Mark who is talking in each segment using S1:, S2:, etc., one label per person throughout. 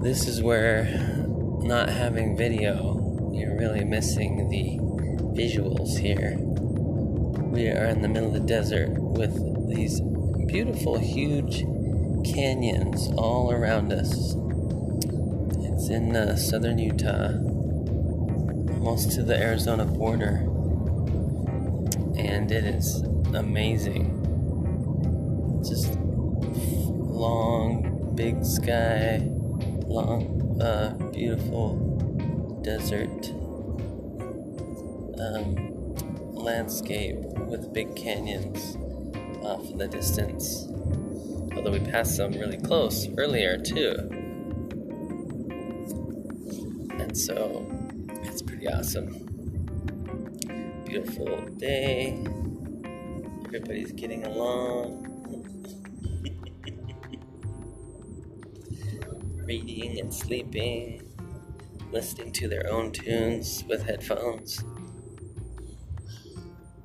S1: This is where not having video, you're really missing the visuals here. We are in the middle of the desert with these beautiful, huge canyons all around us. It's in uh, southern Utah, almost to the Arizona border, and it is amazing. Just long, big sky, long, uh, beautiful desert um, landscape with big canyons off in the distance. Although we passed some really close earlier, too. And so it's pretty awesome. Beautiful day. Everybody's getting along. reading and sleeping, listening to their own tunes with headphones.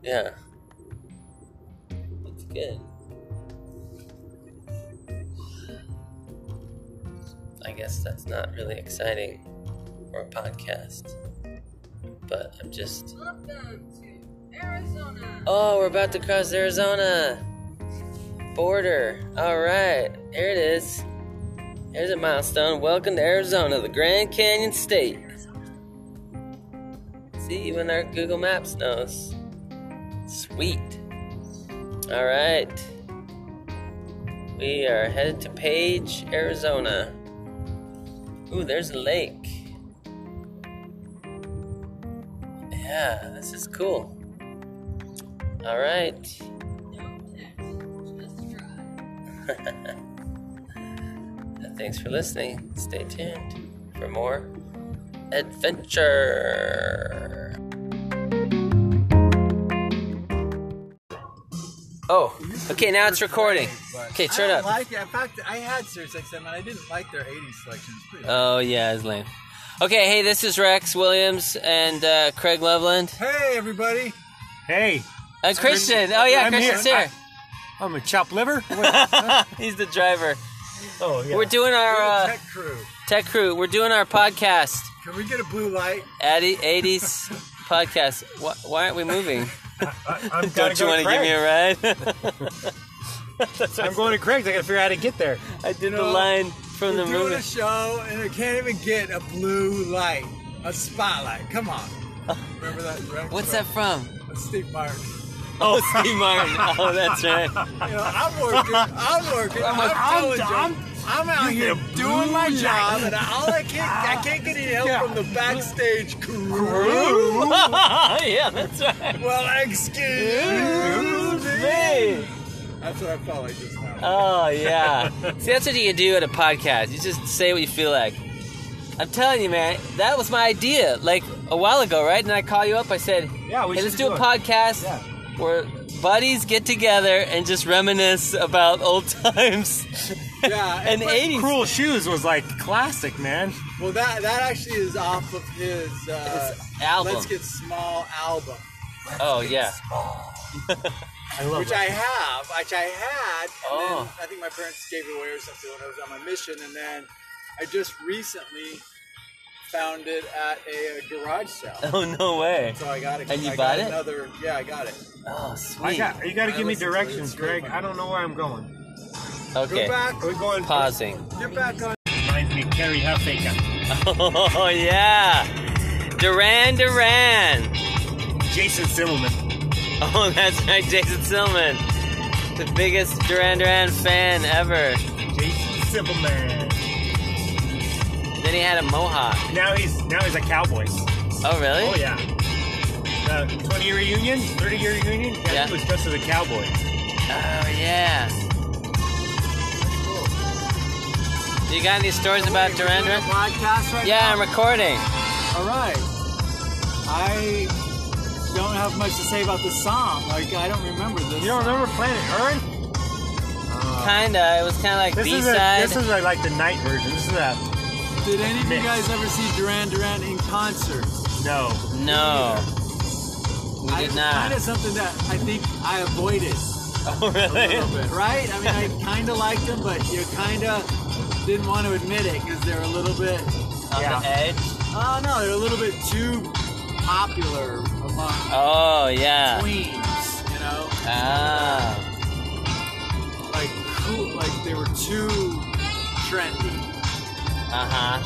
S1: Yeah. It's good. I guess that's not really exciting for a podcast. But I'm just.
S2: Welcome to Arizona.
S1: Oh, we're about to cross the Arizona border. All right, here it is. Here's a milestone. Welcome to Arizona, the Grand Canyon State. See, even our Google Maps knows. Sweet. All right. We are headed to Page, Arizona. Ooh, there's a lake. Yeah, this is cool. All right.
S2: No text, just drive.
S1: Thanks for listening. Stay tuned for more adventure. Oh, okay, now it's recording.
S3: But
S1: Okay, turn
S3: I don't
S1: up.
S3: Like it. In fact, I had Sirius XM and I didn't like their 80s selection. It's pretty-
S1: Oh, yeah, it's lame. Okay, hey, this is Rex Williams and uh, Craig Loveland.
S3: hey, everybody!
S4: Hey,
S1: Uh, Christian. Oh, yeah,
S4: I'm
S1: Christian's
S4: here.
S1: here.
S4: I'm a chopped liver.
S1: He's the driver.
S4: oh yeah.
S1: We're doing our
S3: Our,
S1: uh,
S3: tech crew.
S1: tech crew, we're doing our podcast.
S3: Can we get a blue light?
S1: Addy- 80s podcast. Why, why aren't we moving?
S4: I'm
S1: Don't you want to give me a ride?
S4: I'm going to Craig's. I gotta figure out how to get there.
S1: I did the
S3: No,
S1: line from the
S3: We're doing
S1: movie.
S3: a show and I can't even get a blue light, a spotlight. Come on! Remember that? Rex?
S1: What's that from?
S3: That's Steve Martin.
S1: Oh, Steve Martin. Oh, that's right.
S3: You know, I'm working. I'm working. I'm,
S4: like, I'm
S3: telling you,
S4: done.
S3: I'm out
S4: You
S3: here
S4: get a
S3: doing
S4: blue
S3: my
S4: light.
S3: job, and all I can't, I can't get any help
S4: Yeah.
S3: from the backstage crew.
S1: yeah, that's right.
S3: Well, excuse me. That's what I felt like just now.
S1: Oh, yeah. See, that's what you do at a podcast. You just say what you feel like. I'm telling you, man, that was my idea like a while ago, right? And I call you up. I said,
S4: Yeah, we
S1: hey,
S4: should
S1: let's do
S4: do
S1: a
S4: it."
S1: podcast
S4: Yeah.
S1: where buddies get together and just reminisce about old times.
S3: Yeah,
S1: and
S3: but-
S1: 80s.
S4: Cruel Shoes was like classic, man.
S3: Well, that that actually is off of his, uh,
S1: His album.
S3: Let's Get Small album,
S1: Oh, yeah.
S4: I love
S3: which I have, which I had. And
S1: Oh.
S3: then I think my parents gave it away or something when I was on my mission, and then I just recently found it at a, uh garage sale.
S1: Oh, no way.
S3: So I got it.
S1: And you
S3: I
S1: bought
S3: got
S1: it?
S3: Another, yeah, I got it.
S1: Oh,
S4: I
S1: sweet.
S4: got, you got to
S3: I
S4: give me
S3: listened to it.
S4: directions,
S3: It's great,
S4: Craig.
S3: man.
S4: I don't know where I'm going.
S1: Okay.
S3: Go back.
S4: Are we going?
S1: Pausing.
S3: Get back on.
S4: Reminds me of Carrie Huffaker,
S1: Oh yeah, Duran Duran.
S4: Jason Simmelman.
S1: Oh, that's right, Jason Silman, the biggest Duran Duran fan ever.
S4: Jason Simmelman.
S1: Then he had a mohawk.
S4: Now he's now he's a Cowboys.
S1: Oh really?
S4: Oh yeah. Uh, 20 year reunion, 30 year reunion. Yeah,
S1: Yeah.
S4: He was just as a cowboy.
S1: Oh yeah. You got any stories about
S3: Wait, we're
S1: Duran
S3: doing a
S1: Duran?
S3: Podcast right
S1: Yeah,
S3: now?
S1: I'm recording.
S3: All right. I don't have much to say about this song. Like, I don't remember this.
S4: You don't remember Planet Earth?
S1: Kinda. It was kinda like
S4: This
S1: B
S4: is a,
S1: side.
S4: this is a, like the night version. This is a
S3: Did any of you
S4: Mix.
S3: guys ever see Duran Duran in concert?
S4: no.
S1: No, we
S3: I-
S1: did
S3: Kind
S1: not.
S3: of something that I think I avoided,
S1: Oh really?
S3: right? I mean, I kind of liked them, but you kind of didn't want to admit it because they're a little bit.
S1: On
S4: Yeah.
S1: the edge.
S3: Oh no, they're a little bit too popular among
S1: Oh yeah.
S3: queens. You know,
S1: Ah.
S3: like cool, like they were too trendy.
S1: Uh huh.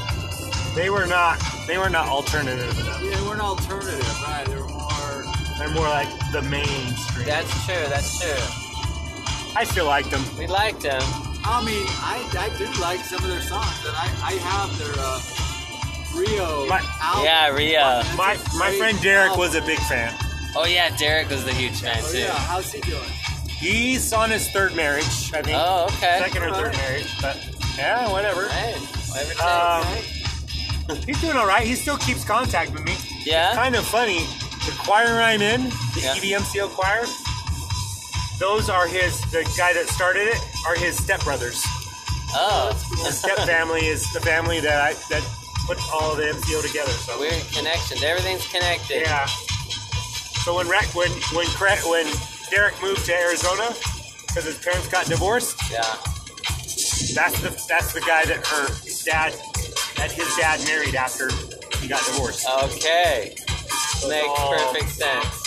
S4: They were not. They were not alternative enough.
S3: They weren't alternative, right? They were more.
S4: They're more like the mainstream.
S1: That's true. That's true.
S4: I still liked them.
S1: We liked him.
S3: I mean, I, I do like some of their songs, and I, I have their uh, Rio
S4: My-
S3: album.
S1: Yeah, Rio.
S3: That's
S4: My
S3: a great
S4: my friend Derek was a
S3: album.
S4: big fan.
S1: Oh yeah, Derek was the huge fan
S3: Oh
S1: too.
S3: yeah, how's he doing?
S4: He's on his third marriage, I think.
S1: Oh, okay.
S4: Second or third marriage, but yeah, whatever.
S1: Hey, whatever it takes.
S4: Um,
S3: Right?
S4: He's doing all right. He still keeps contact with me.
S1: yeah.
S4: Kind of funny. The choir I'm in, the E
S1: Yeah.
S4: EBMCO choir. Those are his. The guy that started it are his stepbrothers.
S1: oh,
S4: His step family is the family that I that put all the MCO together. So
S1: weird connections. Everything's connected.
S4: Yeah. So when Rack, when when Cra- when Derek moved to Arizona because his parents got divorced,
S1: Yeah.
S4: that's the that's the guy that her dad that his dad married after he got divorced.
S1: Okay. Makes
S4: all-
S1: perfect sense.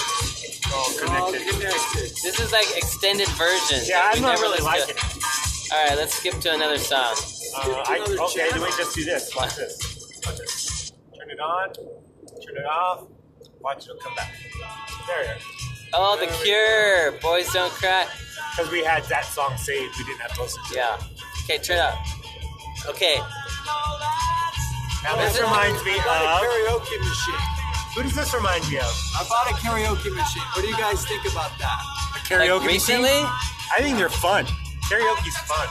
S4: It's all
S3: All
S4: connected.
S3: connected.
S1: This is like extended versions.
S4: Yeah,
S1: that we
S4: I'm not
S1: never
S4: really
S1: listened to.
S4: liking it.
S1: All right, let's skip to another song.
S4: Uh, I,
S3: Another
S4: okay,
S3: channel.
S4: then we just do this. Watch this. Watch this. Turn it on. Turn it off. Watch it come back. There.
S1: Oh, The
S4: There we
S1: Cure. Boys Don't Cry.
S4: Because we had that song saved, we didn't have posted. to it.
S1: Yeah. Okay, turn it up. Okay.
S4: Now this
S1: Is it-
S4: reminds me
S3: I bought a
S4: of.
S3: karaoke machine.
S4: Who does this remind me of?
S3: I bought a karaoke machine. What do you guys think about that?
S4: A
S1: Like,
S4: karaoke machine?
S1: recently?
S4: I think they're fun. Karaoke's fun.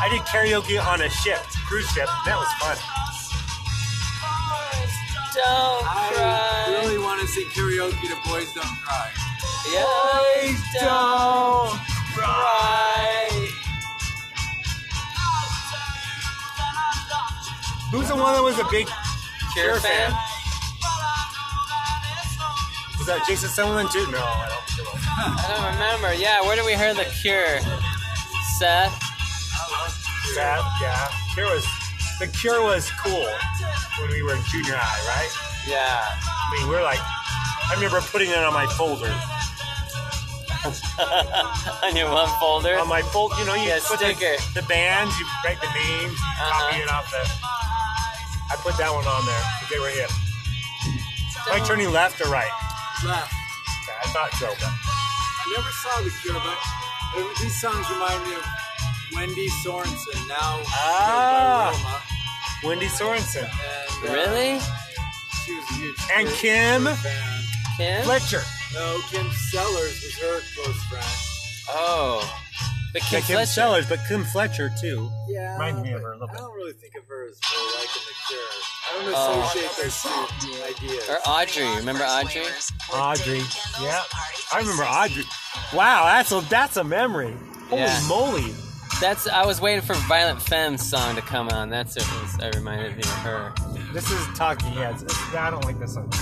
S4: I did karaoke on a ship, cruise ship, and that was fun.
S1: Don't
S3: I
S1: cry.
S3: really want to sing karaoke to Boys Don't Cry.
S1: Boys don't cry.
S4: Who's the one that was a big
S1: Cure, fan?
S4: Was that Jason Sutherland too? No, I don't think it was.
S1: I don't remember. Yeah, where did we hear The Cure? Seth?
S4: That, yeah. Cure was the Cure was cool when we were in junior high, right?
S1: Yeah.
S4: I mean, we are like, I remember putting it on my folder,
S1: On your one folder?
S4: on my folder. You know, you
S1: Yeah,
S4: put the-
S1: sticker.
S4: The, bands, you write the names, you copy it off the. I put that one on there 'cause they were hip. Am I turning left or right?
S3: Left.
S4: Yeah, I thought so, but
S3: I never saw The Cure, but it- these songs remind me of Wendy Sorensen, now killed by
S4: Ah.
S3: Roma.
S4: Wendy Sorensen
S3: And, uh,
S1: Really?
S3: She was a huge
S4: and
S3: Cure
S4: Kim
S3: fan.
S1: Kim?
S4: Fletcher.
S3: No, Kim Sellers was her close friend.
S1: Oh. But Kim,
S4: Yeah, Kim
S1: Fletcher.
S4: Sellers, but Kim Fletcher too.
S3: Yeah.
S4: Reminds me of her a little
S3: I
S4: bit.
S3: don't really think of her as really liking The Cure. I don't
S1: Oh.
S3: associate those two ideas.
S1: Or Audrey. Remember Audrey?
S4: Audrey. Yeah, I remember Audrey. Wow, that's a that's a memory. Holy
S1: Yeah.
S4: moly!
S1: That's. I was waiting for Violent Femme's song to come on. That's it. Was, I reminded me of her.
S4: This is Talking Heads. This- I don't like this song.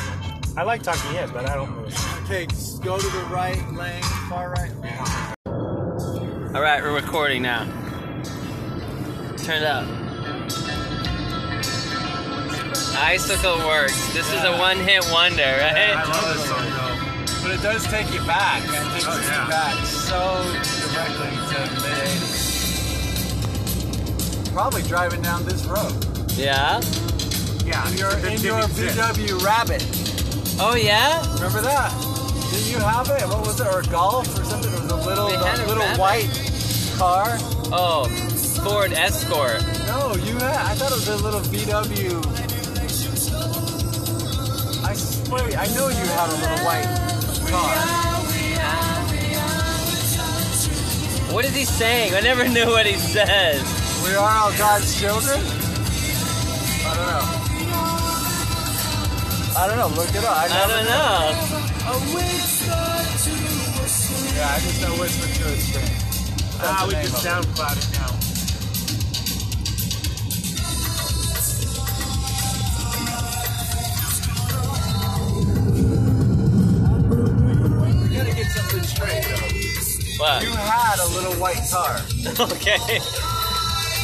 S4: I like Talking Heads, but I don't really.
S3: Okay, just go to the right lane, far right lane.
S1: All right, we're recording now. Turn it up. Icicle Works. This is a one-hit wonder, right?
S4: love this song
S3: But it does take you back. It takes
S4: Oh,
S3: you
S4: yeah.
S3: back so directly to the mid 80s. Probably driving down this road.
S1: Yeah.
S4: Yeah,
S3: In your, in
S4: Jimmy
S3: your
S4: Fitz.
S3: VW Rabbit.
S1: Oh yeah.
S3: Remember that? Did you have it? What was it? Or golf or something? It was a little,
S1: They had a
S3: a little
S1: Rabbit.
S3: white car.
S1: Oh, Ford Escort.
S3: No, you had. I thought it was a little VW. I swear, I know you had a little white car.
S1: What is he saying? I never knew what he said.
S3: We are all God's children. I don't know. I don't know. Look it up. I,
S1: I
S3: never-
S1: don't know.
S3: Yeah, I just know whisper to his brain.
S4: Ah, we can SoundCloud it now.
S3: We gotta get something straight though.
S1: What?
S3: You had a little white car.
S1: Okay.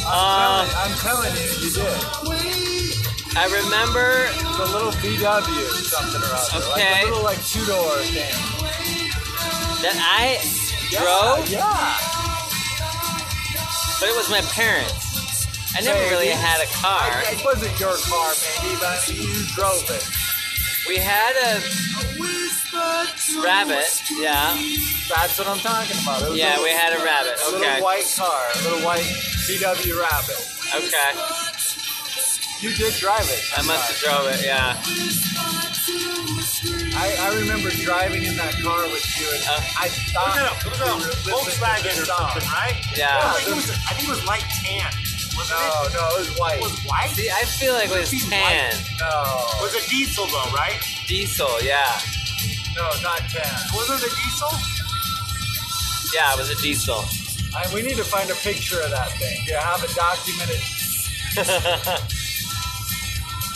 S3: I
S1: Uh,
S5: I'm telling you, you did.
S1: I remember
S5: It's a little VW something or other. Like
S1: Okay.
S5: a little like two door thing.
S1: that I drove,
S5: Yeah.
S1: but it was my parents. I never
S5: Maybe.
S1: really had a car.
S5: It wasn't your car, maybe, but I mean, you drove it.
S1: We had a rabbit. Yeah.
S5: That's what I'm talking about. It was
S1: Yeah,
S5: a,
S1: we had a rabbit.
S5: a little
S1: Okay.
S5: white car, a little white VW Rabbit.
S1: Okay.
S5: You did drive it.
S1: I must have drove it. Yeah.
S5: I, I remember driving in that car with you, and
S1: Uh.
S5: I
S4: Look
S5: thought
S4: it up. Look it up.
S5: you were listening to
S4: Volkswagen
S5: the
S4: or
S5: song.
S4: something, right?
S1: Yeah.
S4: I think it was, I think it was light tan. Wasn't
S5: No,
S4: it?
S5: no, it was white.
S4: It was white?
S1: See, I feel like it was tan
S5: No,
S4: was a diesel though, right?
S1: diesel. Yeah.
S5: no, not tan.
S4: Was it a diesel?
S1: Yeah, it was a diesel.
S5: I, we need to find a picture of that thing. You have it documented,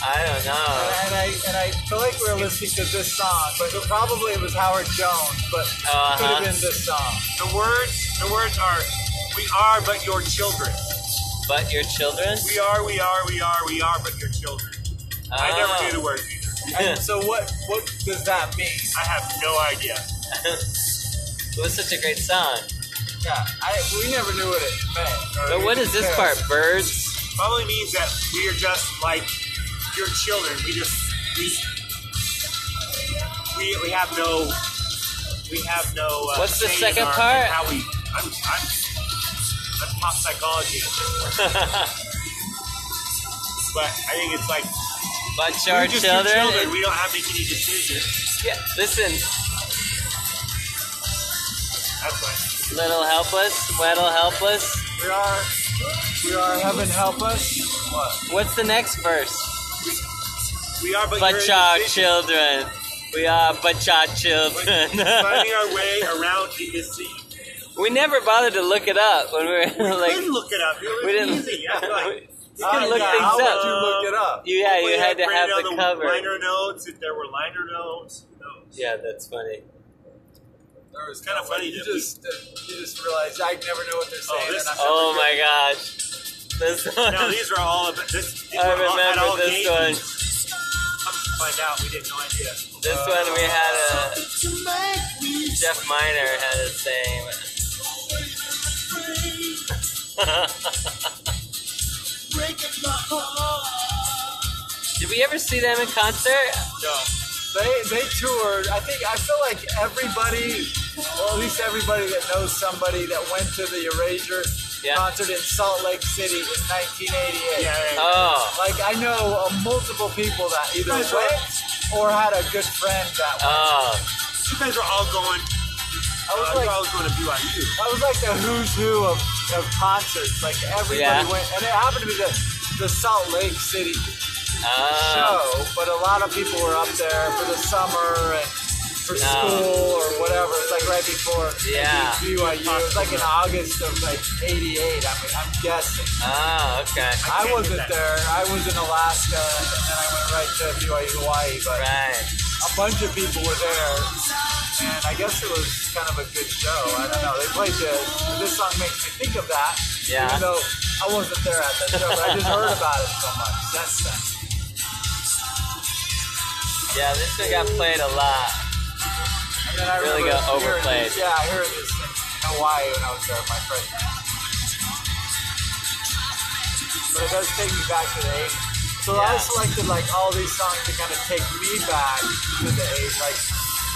S1: I don't
S5: and,
S1: know.
S5: I and I feel like we were listening to this song, but it, probably it was Howard Jones, but it could
S1: Uh-huh.
S5: have been this song.
S4: The words, the words are, we are but your children.
S1: But your children?
S4: We are, we are, we are, we are but your children. I
S1: Oh,
S4: never knew the words either.
S5: And so what what does that mean?
S4: I have no idea.
S1: It was such a great song.
S5: Yeah, I, we never knew what it meant. or
S1: But what
S5: it
S1: is this
S5: said.
S1: part? Birds?
S4: Probably means that we are just like your children. We just we we, we have no we have no. Uh,
S1: What's the
S4: say in
S1: second
S4: our- in
S1: part?
S4: How we? I'm, I'm, that's pop psychology, at this point. but I think it's like
S1: But
S4: we're
S1: your
S4: just
S1: children?
S4: Your children. We don't have to make any decisions.
S1: Yeah. Listen,
S4: That's right.
S1: little helpless, little helpless.
S5: We are, we are heaven help us. What?
S1: What's the next verse?
S4: We are, but, you're
S1: But your
S4: individual.
S1: children. We are but your children.
S4: finding our way around in this scene.
S1: we never bothered to look it up when we were
S4: Like,
S1: like.
S4: could look it up. It was
S1: We didn't.
S4: easy. I feel like.
S1: You can
S5: Uh,
S1: look
S5: yeah,
S1: things
S5: how
S1: up.
S5: would you look it up?
S1: You- yeah,
S4: Hopefully
S1: you had
S4: they
S1: to have
S4: printed
S1: the
S4: out
S1: cover.
S4: Liner notes, if there were liner notes. Who knows?
S1: Yeah, that's funny.
S5: There was
S4: kinda
S5: no-
S4: funny
S5: You
S4: that we-
S5: just, uh, you just realized I never know what they're saying.
S4: Um, this-
S5: and I'm
S1: Oh
S5: never
S1: my gosh. This one.
S4: Now these are all about this. These
S1: I
S4: were all, at all
S1: remember this one.
S4: games. Come to find out, we had no idea.
S1: This one we had a Jeff Miner had a saying. Did we ever see them in concert?
S4: No,
S5: They, they toured. I think I feel like everybody, or at least everybody that knows somebody that went to the Erasure
S1: Yeah.
S5: concert in Salt Lake City in 1988.
S4: yeah, yeah, yeah.
S1: Oh,
S5: Like I know uh, multiple people that either
S4: Guys,
S5: went or had a good friend that went.
S1: oh,
S4: you guys are all going.
S5: I
S4: Uh,
S5: was
S4: you're
S5: like,
S4: all going to BYU.
S5: I was like the who's who of, of concerts. Like everybody
S1: Yeah.
S5: went, and it happened to be the the Salt Lake City
S1: oh.
S5: show. But a lot of people were up there for the summer and for
S1: No.
S5: school or whatever. It's like right before
S1: Yeah.
S5: BYU. It was like in August of like '88. I mean, I'm guessing.
S1: Oh, okay.
S4: I
S5: I
S4: can't
S5: wasn't
S4: get that.
S5: there. I was in Alaska, and then I went right to BYU Hawaii. But
S1: Right.
S5: a bunch of people were there, and I guess it was kind of a good show. I don't know. They played the this song makes me think of that.
S1: Yeah.
S5: Even though I wasn't there at that show, but I just heard about it so much. That's that.
S1: Yeah, this one got played a lot.
S5: And then I
S1: Really
S5: remember
S1: got
S5: hearing
S1: overplayed.
S5: This, yeah, I heard this in Hawaii when I was there, with my friend. But it does take me back to the 80s. So I
S1: Yeah.
S5: selected like all these songs to kind of take me back to the 80s. Like,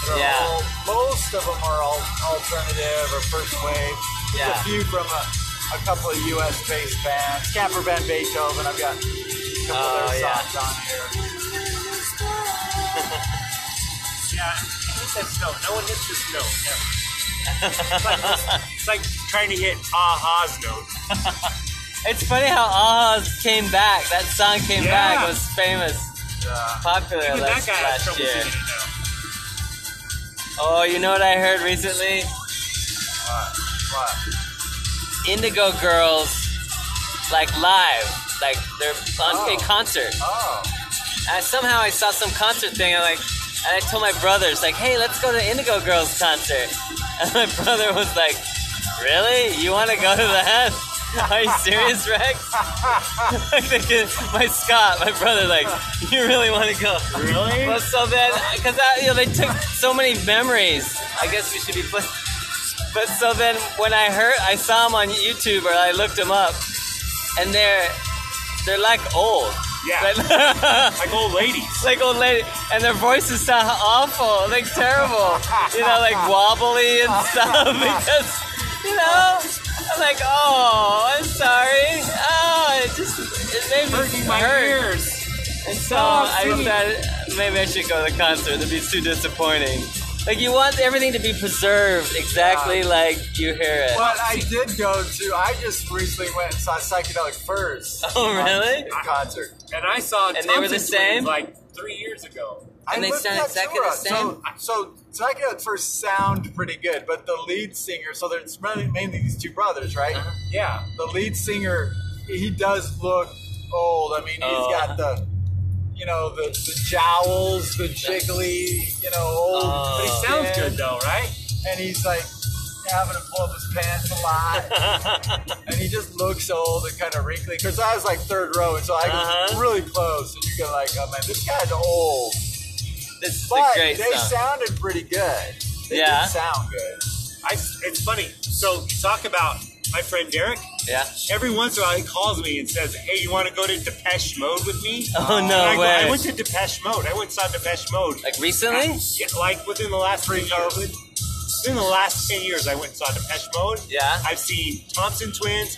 S5: they're
S1: Yeah.
S5: all, most of them are all alternative or first wave. There's
S1: Yeah.
S5: a few from a, a couple of US based bands. Capper Van Beethoven, I've got a couple
S1: Oh,
S5: of their
S1: yeah.
S5: songs on here.
S4: Yeah, I hit that note. No one hits this note. Ever. it's, like this- it's like trying to hit Aha's note.
S1: It's funny how Ahas came back. That song came
S4: Yeah.
S1: back. It was famous,
S5: Yeah.
S1: popular
S4: Even that
S1: last,
S4: guy has
S1: last
S4: trouble
S1: year.
S4: singing it now.
S1: Oh, you know what I heard recently?
S5: Wow. Wow.
S1: Indigo Girls, like live, like they're on
S5: Oh.
S1: in concert.
S5: Oh.
S1: I, somehow I saw some concert thing. I like, and I told my brothers like, "Hey, let's go to Indigo Girls concert." And my brother was like, "Really? You want to go to that?" Are you serious, Rex? like they did, my Scott, my brother, like, you really want to go?
S4: Really?
S1: Well, so then, because you know they took so many memories. I guess we should be. But, but so then, when I heard, I saw him on YouTube, or I looked him up, and they're they're like old,
S4: Yeah.
S1: Like-
S4: Like old ladies.
S1: like old lady, and their voices sound awful, like terrible, you know, like wobbly and stuff. Because you know, I'm like, oh, I'm sorry. Oh, it just it made me
S4: Hurting my
S1: hurt.
S4: ears. Oh,
S1: And so
S4: Stop
S1: I
S4: singing.
S1: said, maybe I should go to the concert. It'd be too disappointing. Like you want everything to be preserved exactly like you hear it.
S5: But I did go to. I just recently went and saw Psychedelic Furs.
S1: Oh, really?
S4: Ah.
S5: Concert.
S4: And I saw
S1: And they were the
S4: Thompson
S1: same?
S4: Twins, like three years ago.
S5: I
S6: And they
S5: looked
S6: sound
S5: that
S6: exactly
S5: tour
S6: the
S5: up. So, so Psychedelic Furs sound pretty good, but the lead singer. So there's mainly, mainly these two brothers, right?
S4: Uh-huh. Yeah.
S5: The lead singer, he does look old. I mean, he's
S1: Oh.
S5: got the, you know, the, the jowls, the jiggly, you know, old.
S1: Oh.
S4: But it sounds good though, right?
S5: and he's like having to pull up his pants a lot, and he just looks old and kind of wrinkly. Because I was like third row, and so I was
S1: Uh-huh.
S5: really close, and you're like, oh man, this guy's old.
S1: This is
S5: But
S1: a
S5: they
S1: great song.
S5: sounded pretty good. They
S1: Yeah.
S5: did sound good.
S4: I, it's funny. So you talk about my friend Derek.
S1: yeah.
S4: Every once in a while, he calls me and says, "Hey, you want to go to Depeche Mode with me?"
S1: Oh,
S4: And
S1: no
S4: I go,
S1: way.
S4: I went to Depeche Mode. I went and saw Depeche Mode.
S1: Like recently?
S4: Yeah, like within the last three years. Within the last ten years, I went and saw Depeche Mode.
S1: Yeah.
S4: I've seen Thompson Twins,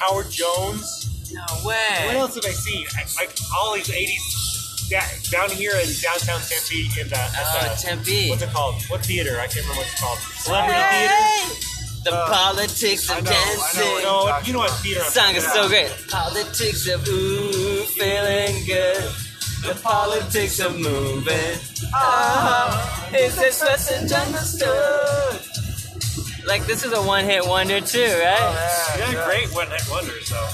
S4: Howard Jones.
S1: No
S4: What
S1: way.
S4: else have I seen? I, like all these '80s da- down here in downtown Tempe in the, at
S1: Oh,
S4: the
S1: Tempe.
S4: what's it called? What theater? I can't remember what it's called. Celebrity theater.
S1: Hey! The politics
S5: Uh, I
S1: of
S5: know, I know, I
S1: dancing.
S5: know.
S4: No, you know what theater? I'm
S1: This song is
S4: talking
S1: so
S4: about.
S1: great. Politics of ooh, feeling good. The politics of moving. Ah,
S5: Uh-huh.
S1: is this message understood? Like this is a one-hit wonder too,
S5: Uh-huh.
S1: right?
S4: Yeah, great one hit wonders though.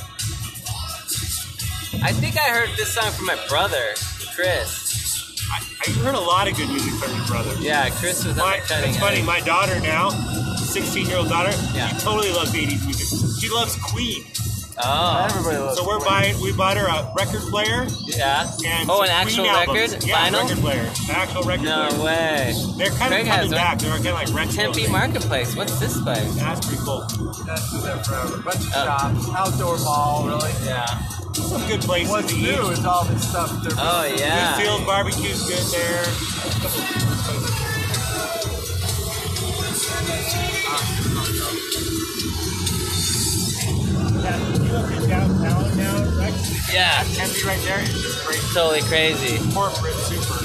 S1: I think I heard this song from my brother, Chris.
S4: I, I heard a lot of good music from your brother.
S1: Yeah, Chris was on
S4: My,
S1: the cutting
S4: it's funny,
S1: edge.
S4: my daughter now, 16 year old daughter,
S1: Yeah.
S4: she totally loves 80s music. She loves Queen.
S1: Oh,
S5: Everybody loves
S4: So we're buying, we bought her a record player
S1: yeah.
S4: and
S1: Oh,
S4: some
S1: an actual
S4: Queen albums.
S1: record?
S4: Yeah,
S1: Vinyl?
S4: record player, an actual record
S1: No
S4: player.
S1: way.
S4: They're kind
S1: Craig
S4: of
S1: has one.
S4: coming back. They're kind of like retro.
S1: Tempe Marketplace. What's this place?
S4: That's pretty cool.
S5: That's been there forever. Bunch of
S1: Oh.
S5: shops, outdoor mall, really.
S1: Yeah.
S4: Some good places
S5: What's
S4: to
S5: new
S4: eat.
S5: is all this stuff. They're
S1: Oh
S5: Ah.
S1: yeah.
S4: Field barbecue's good there. Yeah, you look at downtown now, Rex.
S1: Yeah.
S4: Tempe right there is just great
S1: Totally crazy.
S4: corporate super.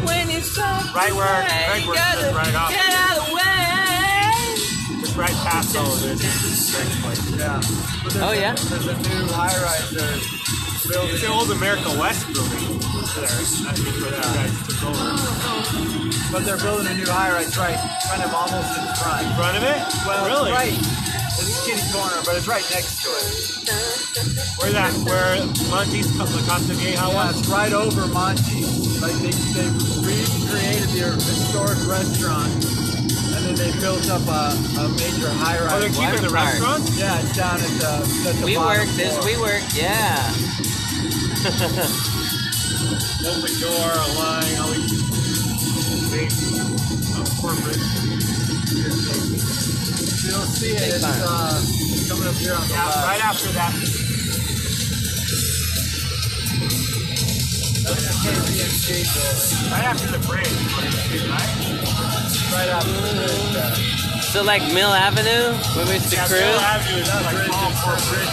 S4: Right where right where just right off. Get out of the way. Just right past all of this. It's a great place.
S5: yeah. But there's
S1: Oh,
S5: a-
S1: yeah?
S5: There's a new high rise there.
S4: It's the
S5: Building.
S4: old America West building. There, that's where the guys took over.
S5: But they're building a new high rise right, kind of almost in front.
S4: In front of it?
S5: Well,
S4: really?
S5: it's right. It's kitty corner, but it's right next to it.
S4: Where that? Where Monty's La Casa Vieja
S5: Yeah,
S4: was?
S5: it's right over Monty. Like they, they recreated their historic restaurant, and then they built up a, a major high
S4: Oh, they're
S5: rise.
S4: keeping the
S1: Waterpark.
S4: restaurant?
S5: yeah, it's down at the. At the
S1: We
S5: bottom
S1: work this.
S5: floor.
S1: We work. Yeah.
S4: Open door, a line, all these things. Of corporate.
S5: You'll see it. It's
S1: time.
S5: uh, coming up here on the
S4: Yeah,
S5: left.
S4: right after that.
S5: KPMG building.
S4: Right after the bridge. Right?
S5: Right after the bridge.
S1: So like Mill Avenue, when we used to
S4: Yeah, Bill
S1: cruise.
S4: Avenue is like all corporate.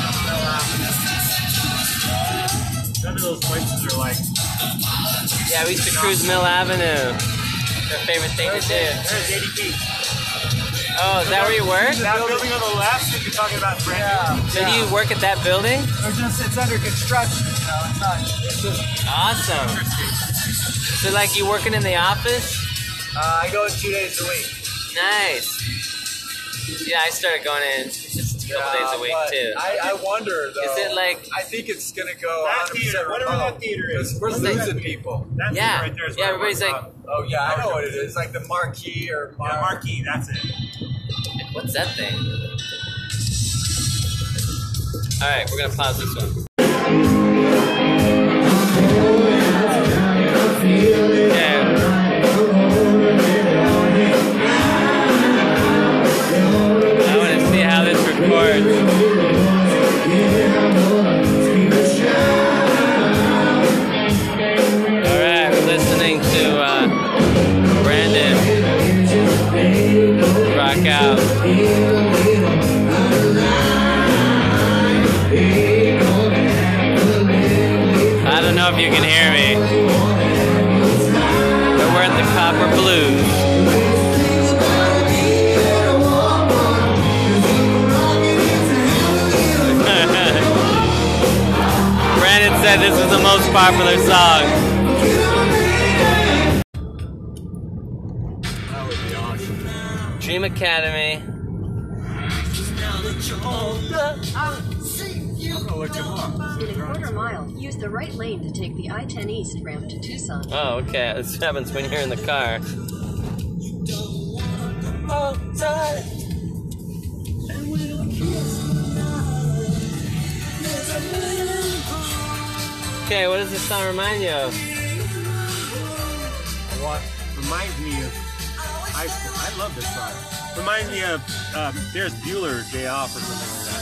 S4: uh, None of those places are like
S1: Yeah, we used to cruise Mill Avenue. Their favorite thing to do.
S4: There's ADP.
S1: Oh, is that where you work?
S4: That building on the left that you're talking about, brand
S5: Yeah.
S1: So do you work at that building?
S5: They're just, it's under construction. You know, it's not. It's just
S1: Awesome. So like you working in the office?
S5: Uh, I go in two days a week.
S1: Nice. Yeah, I started going in just a couple days a week
S5: Uh, but
S1: too.
S5: I, I wonder though.
S1: Is it like-
S5: I think it's gonna go.
S4: That
S5: 100%
S4: theater, whatever
S5: remote.
S4: that theater is.
S5: We're
S4: What's
S1: that-
S5: losing people.
S4: That's
S1: Yeah.
S4: it right there. is
S1: Yeah,
S4: where I work
S1: everybody's like-
S4: out.
S5: Oh yeah, I know what it is. Like the marquee or
S4: uh, Yeah, marquee, that's it.
S1: What's that thing? All right, we're gonna pause this one. Yeah. I want to see how this records. All right, we're listening to uh, Brandon rock out. I don't know if you can hear me. But we're at the Copper Blues. Brandon said this is the most popular song.
S5: That would be awesome.
S1: Dream Academy.
S5: I'm gonna look him up.
S6: In a quarter mile, use the right lane to take the I 10 East ramp to Tucson.
S1: Oh, okay. This happens when you're in the car. Okay, what does this song remind you of?
S4: What reminds me of high school. I love this song. Reminds me of um, there's Bueller Day Off or something like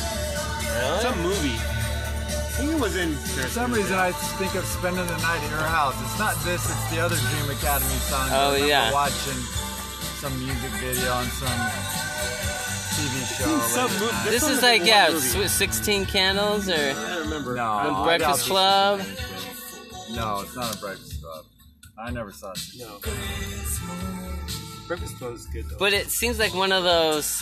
S4: that. Some movie. I think it was in.
S5: For some reason, I think of spending the night at your house. It's not this; it's the other Dream Academy song. I
S1: Oh,
S5: remember
S1: yeah.
S5: Watching some music video on some TV show.
S4: Some
S5: late
S4: movie.
S5: at night.
S1: This
S4: one
S1: is
S4: in
S1: like,
S4: one
S1: yeah,
S4: movie.
S1: sw- 16 Candles or
S4: I don't remember.
S5: No, I doubt
S1: Breakfast
S5: this.
S1: Club.
S5: No, it's not a Breakfast Club. I never saw it.
S4: No. Breakfast Club is good though.
S1: But it seems like one of those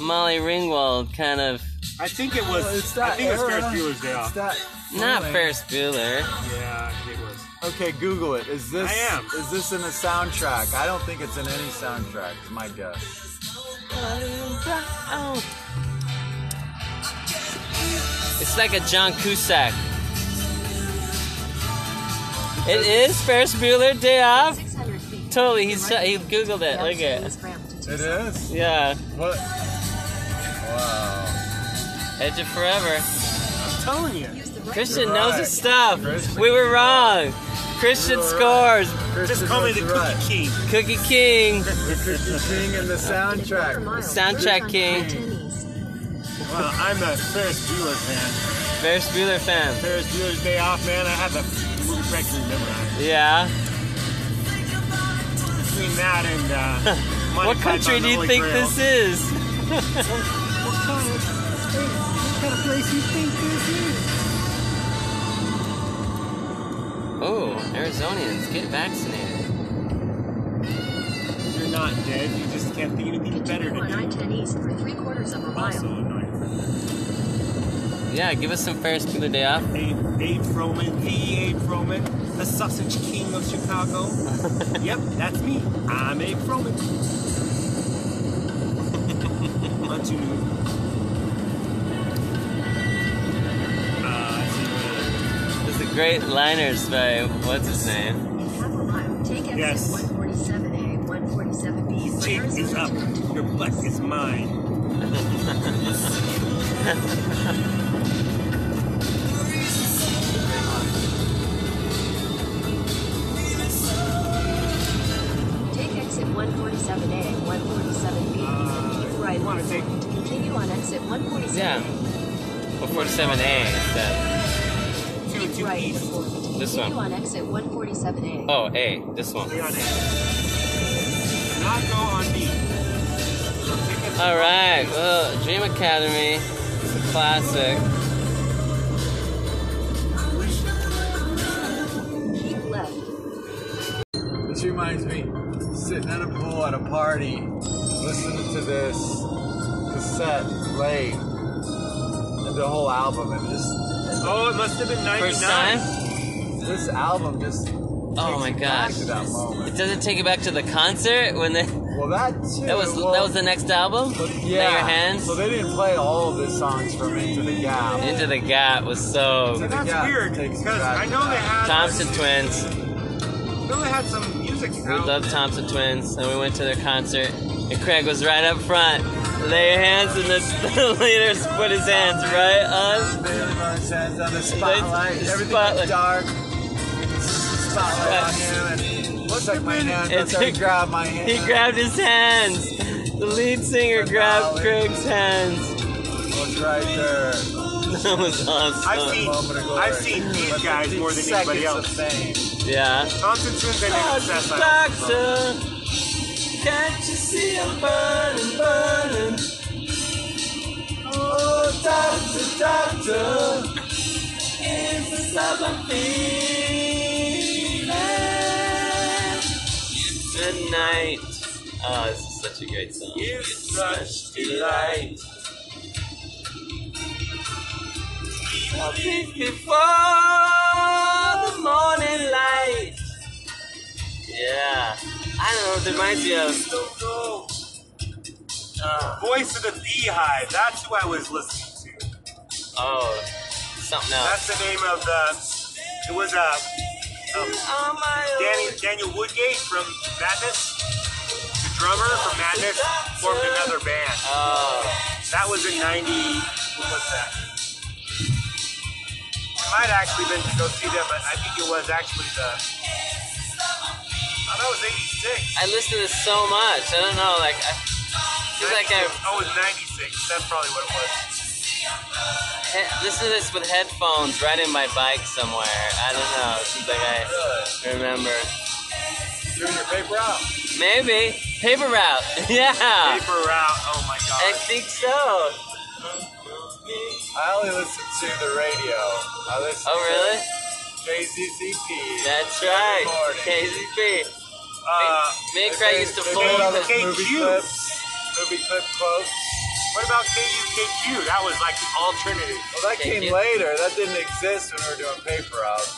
S1: Molly Ringwald kind of.
S4: I think it was.
S5: Well, it's
S4: I
S5: that
S4: think it was
S5: era.
S4: Ferris Bueller's Day
S5: It's
S4: Off.
S5: that.
S1: Not
S5: feeling.
S1: Ferris Bueller.
S4: Yeah, it was.
S5: Okay, Google it. Is this?
S4: I am.
S5: Is this in a soundtrack? I don't think it's in any soundtrack. Is my guess.
S1: It's like a John Cusack. It is Ferris Bueller Day Off.
S6: 600 feet.
S1: Totally,
S6: Use
S1: he's
S6: the right
S1: he
S6: lane
S1: googled
S6: to
S1: it. Look
S6: the I-10
S1: at
S6: East ramp to
S5: It
S6: Tucson.
S5: is.
S1: yeah,
S5: What? Wow.
S1: Edge of Forever.
S4: I'm telling you.
S6: Use the right
S1: Christian
S5: You're
S1: knows
S5: right.
S1: his stuff.
S5: Christian-
S1: We were wrong. Christian
S5: You were
S1: scores.
S4: Just
S5: Christian
S4: call me
S5: was
S4: the
S5: right.
S4: Cookie King.
S1: Cookie King.
S5: The Cookie King and the
S6: quarter mile,
S5: soundtrack.
S1: Soundtrack
S6: use
S1: king.
S6: I-10 East.
S4: Well, I'm a Ferris Bueller fan.
S1: Ferris Bueller fan.
S4: Ferris Bueller's Day Off, man. I have the movie practically memorized.
S1: Yeah.
S4: Between that and uh, Monty
S1: What country
S4: Python,
S1: do
S4: the
S1: you
S4: Holy
S1: think
S4: Grail.
S1: this is? Oh, Arizonians, get vaccinated.
S4: You're not dead. You just can't think of anything better
S6: Continue
S4: to
S6: on
S4: do.
S6: I-10 East for three quarters of a
S4: Also
S6: mile.
S4: annoying.
S1: Yeah, give us some Ferris Bueller Day Off.
S4: Abe, Abe Froman, the Abe Froman, the Sausage King of Chicago. yep, that's me. I'm Abe Froman. Aren't you new? Uh,
S1: This is the Great Liners by what's his name?
S6: Half a mile, take exit
S4: Yes.
S6: 147A, 147B for
S4: let's see. Jake
S6: Arizona
S4: is up.
S6: to Tucson.
S4: Your butt is mine.
S6: Take exit 147A, 147B, and keep right
S4: you Uh, wanna
S6: on
S4: take-
S6: to continue on exit 147A.
S1: Yeah. Well, 47A instead.
S4: Two, two
S6: Right
S4: east.
S6: before.
S1: This
S6: continue
S1: one.
S6: on exit 147A.
S1: Oh, A, this one.
S4: Stay on A. Do Not go on B.
S1: All right, well, Dream Academy is a classic. Oh.
S6: Keep left.
S5: This reminds me, sitting in a pool at a party, listening to this cassette late, and the whole album, and just
S4: Oh, it must have been 99.
S1: First time?
S5: this album just.
S1: Oh my
S5: Back
S1: gosh.
S5: to that moment.
S1: Does it take you back to the concert when they?
S5: Well, that too.
S1: That was
S5: well,
S1: that was the next album. Lay your hands.
S5: So they didn't play all of the songs from Into the Gap.
S1: Into the Gap was so
S4: So that's
S5: Yeah,
S4: weird
S5: takes
S4: because
S5: you back
S4: I
S5: to
S4: know they
S5: that.
S4: had
S1: Thompson Twins.
S4: I know they had some music.
S1: We
S4: out.
S1: love Thompson Twins, and we went to their concert, and Craig was right up front. Lay your hands and the, the leader put his hands right on.
S5: Sands on the spotlight.
S1: It's-
S5: Everything's
S1: spotlight.
S5: dark. Spotlight on you. And looks like my hand.
S1: It's-
S5: It's like grab my hand.
S1: He grabbed his hands. The lead singer grabbed Craig's hands.
S5: Looks right there.
S1: That was
S4: I've
S1: awesome.
S4: seen, I've seen these guys more than anybody else.
S1: Yeah.
S4: Constantine's been an success. I love this song.
S1: Doctor, can't you see I'm burning, burning? Oh, doctor, doctor, is this love I'm feeling tonight? Oh, this is such a great song. Give such delight. I'll be before the morning light. Yeah. I don't know what it reminds me of. Uh,
S4: Voice of the Beehive. That's who I was listening to.
S1: oh, something else.
S4: That's the name of the. It was uh, um,
S1: On my
S4: Danny Daniel Woodgate from Madness. The drummer from Madness formed another band.
S1: Oh,
S4: That was in '90. What was that? It might have actually been to go see them, but I think it was actually the. Oh, that was '86.
S1: I listen to so much. I don't know. Like, I feels like I
S4: Oh, it was '96. That's probably what it was.
S1: he- listen to this with headphones, riding my bike somewhere. I don't know. It seems like I
S5: Good.
S1: remember.
S5: Doing your paper out.
S1: Maybe paper route. yeah,
S4: Paper Route. Oh my
S1: I
S4: God.
S1: think so. Oh,
S5: I only listen to the radio. I listen
S1: Oh, really?
S5: to KZZP.
S1: That's right.
S5: Morning.
S1: KZB.
S4: Uh,
S1: Me and
S5: They
S1: Craig
S5: play-
S1: used to
S5: they
S1: fool.
S5: play all
S1: around
S5: those
S1: with-
S4: KQ.
S5: movie clips, movie clip quotes.
S4: what about KUKQ? That was like the alternative.
S5: Well, that
S1: KQ.
S5: came later. That didn't exist when we were doing paper out.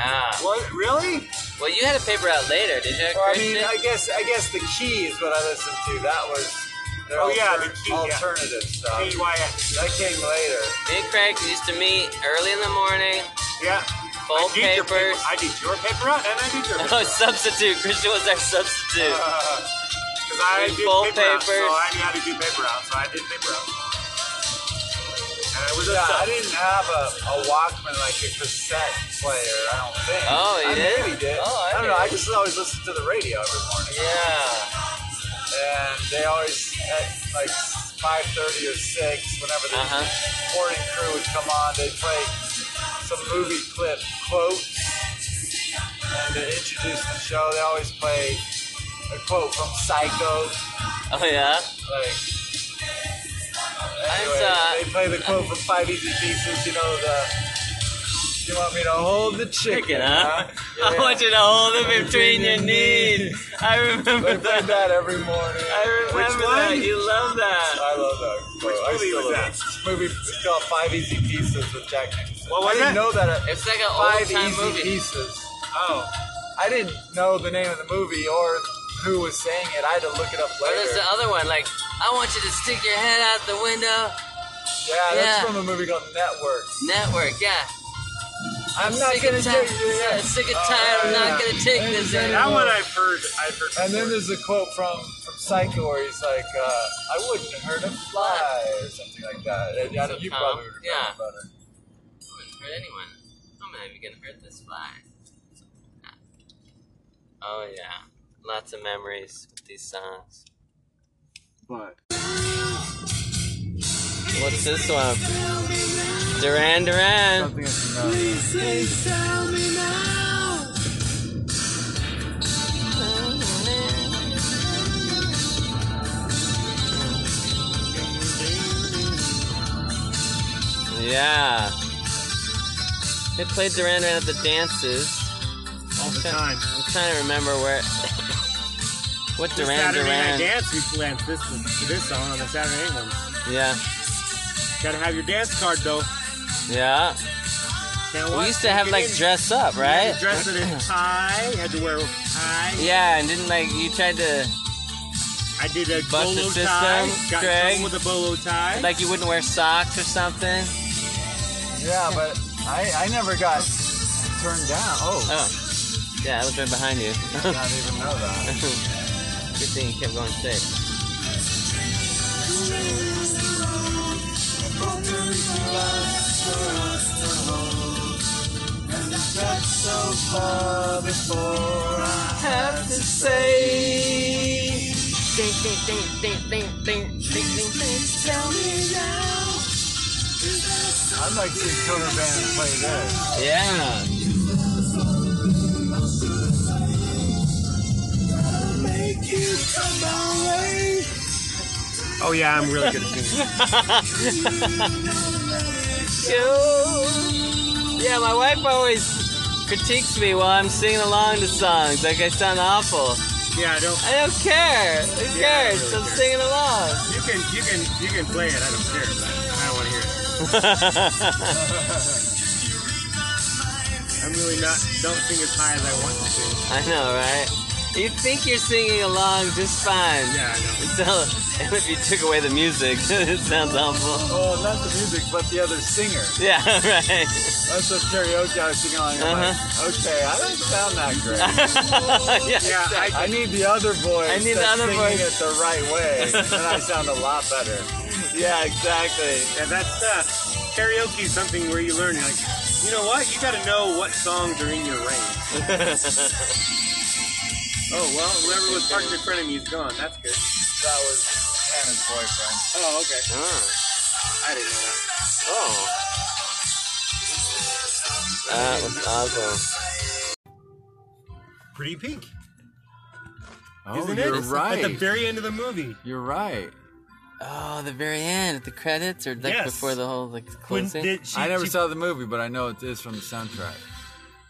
S1: Ah.
S4: What? Really?
S1: Well, you had a paper route later, did you?
S5: Well, I
S1: Christian?
S5: mean, I guess I guess the key is what I listened to. That was their
S4: Oh, yeah,
S5: alter-
S4: the key, yeah.
S5: alternative stuff.
S4: KYS.
S5: That came later.
S1: Me and Craig used to meet early in the morning.
S4: Yeah.
S1: Fold
S4: I did your paper.
S1: papers.
S4: I did your paper route and I did your paper
S1: Oh, substitute. Christian was our substitute.
S5: Uh.
S4: Because I
S1: We
S4: did
S1: fold
S4: paper route, so
S1: papers.
S4: I knew how to do paper route, so I did paper route. And it was a
S5: Yeah, I
S4: sub.
S5: didn't have a, a Walkman like a cassette player. I don't think.
S1: Oh, you
S5: I
S1: did?
S5: Maybe did.
S1: Oh, I
S5: I don't know. I
S1: did.
S5: just always listened to the radio every morning.
S1: Yeah.
S5: and they always at like 5:30 or 6, whenever the
S1: Uh-huh.
S5: morning crew would come on, they'd play some movie clip quotes and to introduce the show. They always play a quote from Psycho,
S1: Oh yeah.
S5: like.
S1: I
S5: Anyway,
S1: saw-
S5: they play the quote from Five Easy Pieces. You know the. You want me to hold the
S1: Chicken,
S5: chicken,
S1: huh?
S5: Yeah.
S1: I want you to hold it between your knees. I remember
S5: They play
S1: that.
S5: that every morning.
S1: I remember that.
S4: one?
S1: You love that.
S5: I love that.
S4: Which
S5: I
S4: movie
S5: still
S4: was
S5: love
S4: that?
S5: it. This movie is called Five Easy Pieces with Jack Nicholson.
S4: What was
S5: I didn't
S4: it?
S5: know that. At
S1: It's like an old
S5: Five
S1: time
S5: Easy
S1: movie.
S5: Pieces.
S4: Oh.
S5: I didn't know the name of the movie or who was saying it. I had to look it up
S1: Or
S5: later.
S1: there's the other one. Like, I want you to stick your head out the window.
S5: yeah,
S1: yeah.
S5: that's from a movie called Network.
S1: Network. Yeah.
S5: I'm, not
S1: sick
S5: gonna
S1: of time.
S5: take this. Oh,
S1: Yeah, sick of time. I'm not gonna take this anymore.
S4: That one I've heard. I've heard.
S5: And then
S4: before.
S5: there's a quote from from Psycho where he's like, uh, "I wouldn't hurt a fly" or something like that. And I think you
S1: Tom,
S5: probably would remember
S1: yeah.
S5: better.
S1: I wouldn't hurt anyone. I'm not even gonna hurt this fly. Oh yeah, lots of memories with these songs. But what's this one? Duran Duran.
S5: Something that's familiar.
S1: Yeah. They played Duran Duran at the dances.
S4: all the
S1: Okay.
S4: time.
S1: I'm trying to remember where. what
S4: This
S1: Duran
S4: Saturday Night
S1: Duran?
S4: Dance, we danced this to this song on the Saturday Night one.
S1: Yeah,
S4: Gotta have your dance card though.
S1: yeah.
S4: Can't
S1: We
S4: watch
S1: used
S4: it.
S1: to have
S4: You
S1: like
S4: didn't-
S1: dress up,
S4: you had
S1: right?
S4: to Dress it in tie. Had to wear a tie.
S1: Yeah, and didn't like you tried to
S4: I did a
S1: Bust the
S4: bolo
S1: system,
S4: tie. Got
S1: Craig.
S4: thrown with a bolo tie.
S1: like you wouldn't wear socks or something.
S5: Yeah, but I I never got turned down. Oh,
S1: Oh, yeah, I was right behind you.
S5: I did not even know that.
S1: Good thing you kept going straight.
S5: over before I
S1: have to say. Ding, ding, ding, ding, ding, ding, ding, ding, ding. Tell me now.
S5: I'd like to see Cover Band play this.
S3: Yeah.
S4: Oh yeah, I'm really good at singing.
S1: You. Yeah, my wife always critiques me while I'm singing along to songs, like I sound awful.
S4: Yeah, I don't.
S1: I don't care. Who
S4: Yeah, I
S1: cares?
S4: really
S1: I'm
S4: care.
S1: singing along.
S4: You can you can you can play it. I don't care, but I don't want to hear it. I'm really not. Don't sing as high as I want to sing.
S1: I know, right? You think you're singing along just fine.
S4: Yeah, I know.
S1: So, and if you took away the music, it sounds awful.
S5: Well, not the music, but the other singer.
S1: Yeah, right.
S5: That's what karaoke I was singing along. I'm like, okay, I don't sound that great.
S1: yeah.
S4: Yeah, I,
S5: I need the other voice.
S1: I need the
S5: that's
S1: other
S5: singing
S1: voice.
S5: it the right way, and I sound a lot better.
S1: yeah, exactly.
S4: yeah, that's uh, karaoke. Is something where you learn. You're like, you know what? You got to know what songs are in your range. oh well, whoever was parked in front of me is gone. That's good.
S5: That was Hannah's boyfriend.
S4: Oh okay.
S1: Oh.
S4: I didn't know that.
S1: oh. That was awesome.
S4: Pretty pink.
S5: Oh,
S4: isn't
S5: you're
S4: it?
S5: right.
S4: At the very end of the movie.
S5: you're right.
S1: Oh, the very end, at the credits, or like
S4: Yes.
S1: before the whole like
S4: When
S1: closing.
S4: did she,
S5: I never
S4: she,
S5: saw the movie, but I know it is from the soundtrack.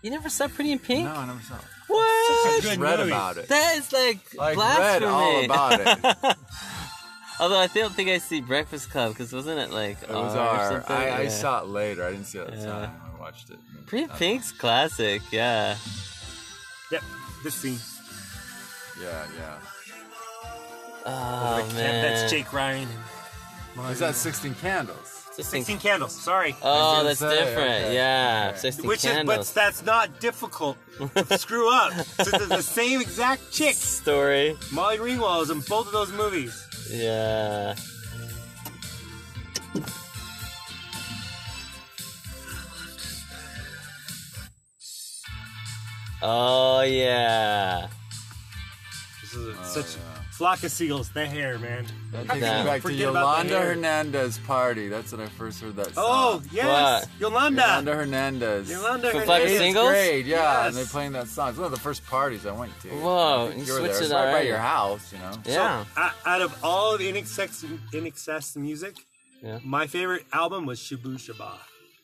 S1: You never saw Pretty in Pink?
S5: No, I never saw it.
S1: What?
S4: Such a good
S5: Read
S4: movie.
S5: about it.
S1: That is like,
S5: Like read
S1: blasphemy.
S5: all about it. It
S1: Although I don't think I see Breakfast Club because wasn't it like it
S5: was
S1: R or
S5: our.
S1: Oh, something?
S5: I, I
S1: Yeah.
S5: saw it later. I didn't see it at the
S1: Yeah.
S5: time. I watched it.
S1: Pretty
S5: Uh,
S1: Pink's classic, yeah.
S4: Yep. This scene.
S5: Yeah, yeah.
S1: Oh
S4: Like,
S1: man,
S4: That's Jake Ryan.
S5: Is that 16 Candles?
S1: Just think-
S4: 16 candles. Sorry.
S1: Oh,
S5: I
S1: that's
S5: was gonna say,
S1: different.
S5: okay.
S1: Yeah,
S5: Okay.
S1: sixteen
S4: Which is, but
S1: candles
S4: that's not difficult. to Screw up. So they're the same exact chick.
S1: story.
S4: Molly Ringwald is in both of those movies.
S1: Yeah. Oh yeah.
S4: This is a- such flock of seagulls. The hair, man.
S5: That
S4: How
S5: takes
S1: Yeah.
S5: me
S4: can you
S5: back to
S4: forget about the
S5: Yolanda
S4: hair?
S5: Hernandez party. That's when I first heard that song.
S4: Oh yes,
S1: What?
S4: Yolanda.
S5: Yolanda
S4: Yolanda,
S5: Hernandez.
S1: From Flock of
S4: Hernandez.
S5: Eighth
S1: Singles?
S5: grade, yeah,
S4: Yes.
S5: and they're playing that song. It's one of the first parties I went to.
S1: Whoa,
S5: I think
S1: you
S5: were there.
S1: switched
S5: It's
S1: it
S5: right by
S1: already.
S5: your house, you know.
S1: Yeah.
S4: So, o- out of all of NXS, NXS music,
S1: Yeah.
S4: my favorite album was Shabu Shaba,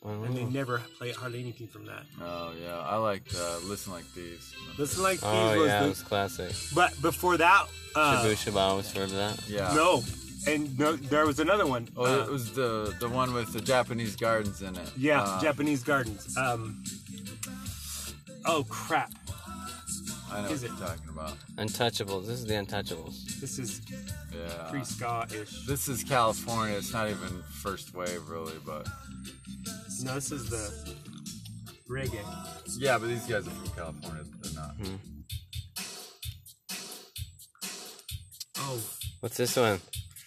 S4: and they
S1: Oh.
S4: never play on anything from that.
S5: Oh yeah, I liked uh, listen like thieves.
S4: Listen like these
S1: Oh
S4: was
S1: yeah,
S4: the,
S1: it was classic.
S4: but before that, uh,
S1: Shabu Shaba always heard of that.
S5: Yeah.
S4: no, and no, there was another one.
S5: Oh,
S4: uh,
S5: it was the the one with the Japanese gardens in it.
S4: yeah,
S5: Uh,
S4: Japanese Gardens. Um, oh crap,
S5: I know
S4: is
S5: what you're
S4: it?
S5: talking about.
S1: Untouchables. This is the Untouchables.
S4: this is
S5: Yeah.
S4: pre ska ish.
S5: This is California. It's not even first wave really, but
S4: No, this is the reggae.
S5: yeah. But these guys are from California. They're not.
S4: Oh,
S1: What's this one?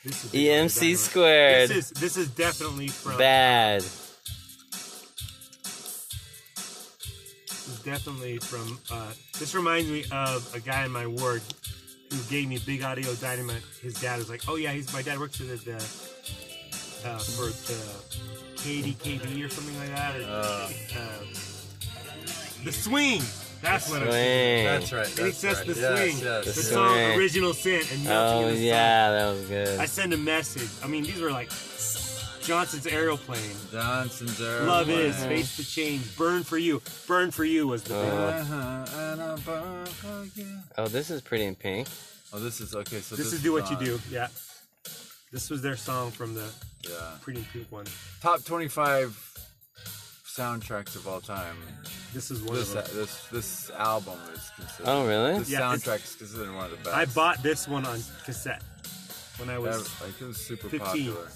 S4: this is
S1: EMC
S4: this
S1: E squared.
S4: is this is definitely from
S1: Bad.
S4: is definitely from. Uh, this reminds me of a guy in my ward who gave me Big Audio Dynamite. His dad was like, "Oh yeah, he's my dad works for the, the uh, for the KDKB or something like that." Or, uh, the swing. That's what I'm saying.
S1: Swing.
S5: That's right.
S4: And he
S5: That's
S4: says
S5: right.
S4: the
S5: yes,
S4: swing,
S5: Yes,
S4: the
S5: yes.
S4: song
S1: Swing.
S4: "Original Sin" and melting
S1: Oh
S4: in the
S1: yeah, that was
S4: sun. I
S1: good.
S4: send a message. I mean, these were like Johnson's aeroplane.
S5: Johnson's Airplane.
S4: Love is face the change. Burn for you. Burn for you was the big one.
S5: Uh-huh, and I burn for you.
S1: Oh, this is pretty in pink.
S5: Oh, this is okay. So
S4: This is Do What You Do. Yeah. This was their song from the
S5: Do. Yeah.
S4: Pretty Pink one.
S5: Top 25 soundtracks of all time.
S4: This is one
S5: This
S4: of them.
S5: this this album is considered.
S1: Oh really?
S5: This
S4: Yeah, it's-
S5: soundtrack is considered one of the best.
S4: I bought this one on cassette when I
S5: Ever-
S4: was.
S5: like it was super
S4: 15.
S5: popular.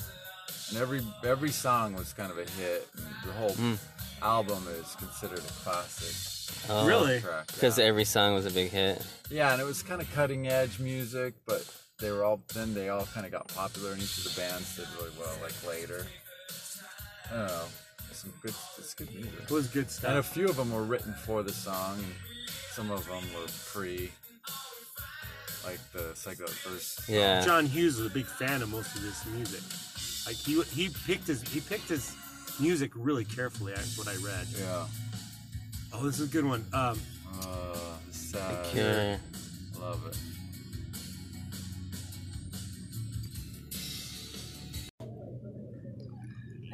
S5: And every every song was kind of a hit. And the whole
S1: Hmm.
S5: album is considered a classic.
S1: Oh.
S4: Really?
S5: Track,
S1: Because
S5: yeah.
S1: every song was a big hit.
S4: Oh,
S5: yeah, and it was kind of cutting edge music, but they were all then they all kind of got popular, and each of the bands did really well. Like later, I don't know. Oh, some good, it's good music.
S4: It was good
S5: And a
S4: stuff.
S5: few of them were written for the song, and some of them were pre, like the psycho first.
S7: Yeah.
S4: John Hughes was a big fan of most of this music. Like he he picked his he picked his music really carefully. That's what I read.
S5: Yeah.
S4: Oh, this is a good one. Um,
S5: Uh, sad.
S1: Yeah.
S5: Love it.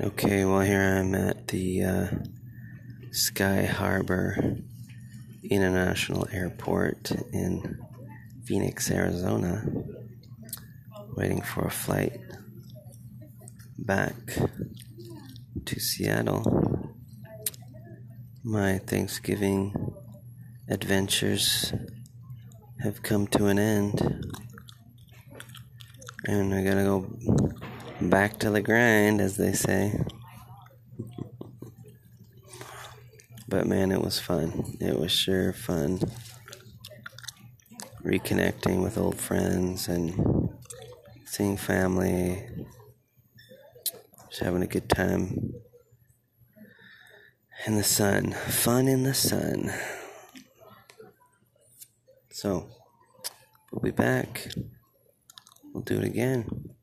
S1: Okay, well, here I'm at the uh, Sky Harbor International Airport in Phoenix, Arizona, waiting for a flight back to Seattle. My Thanksgiving adventures have come to an end, and I gotta go back to the grind, as they say. But man, it was fun. It was sure fun. Reconnecting with old friends and seeing family. Just having a good time in the sun. Fun in the sun. So, we'll be back. We'll do it again.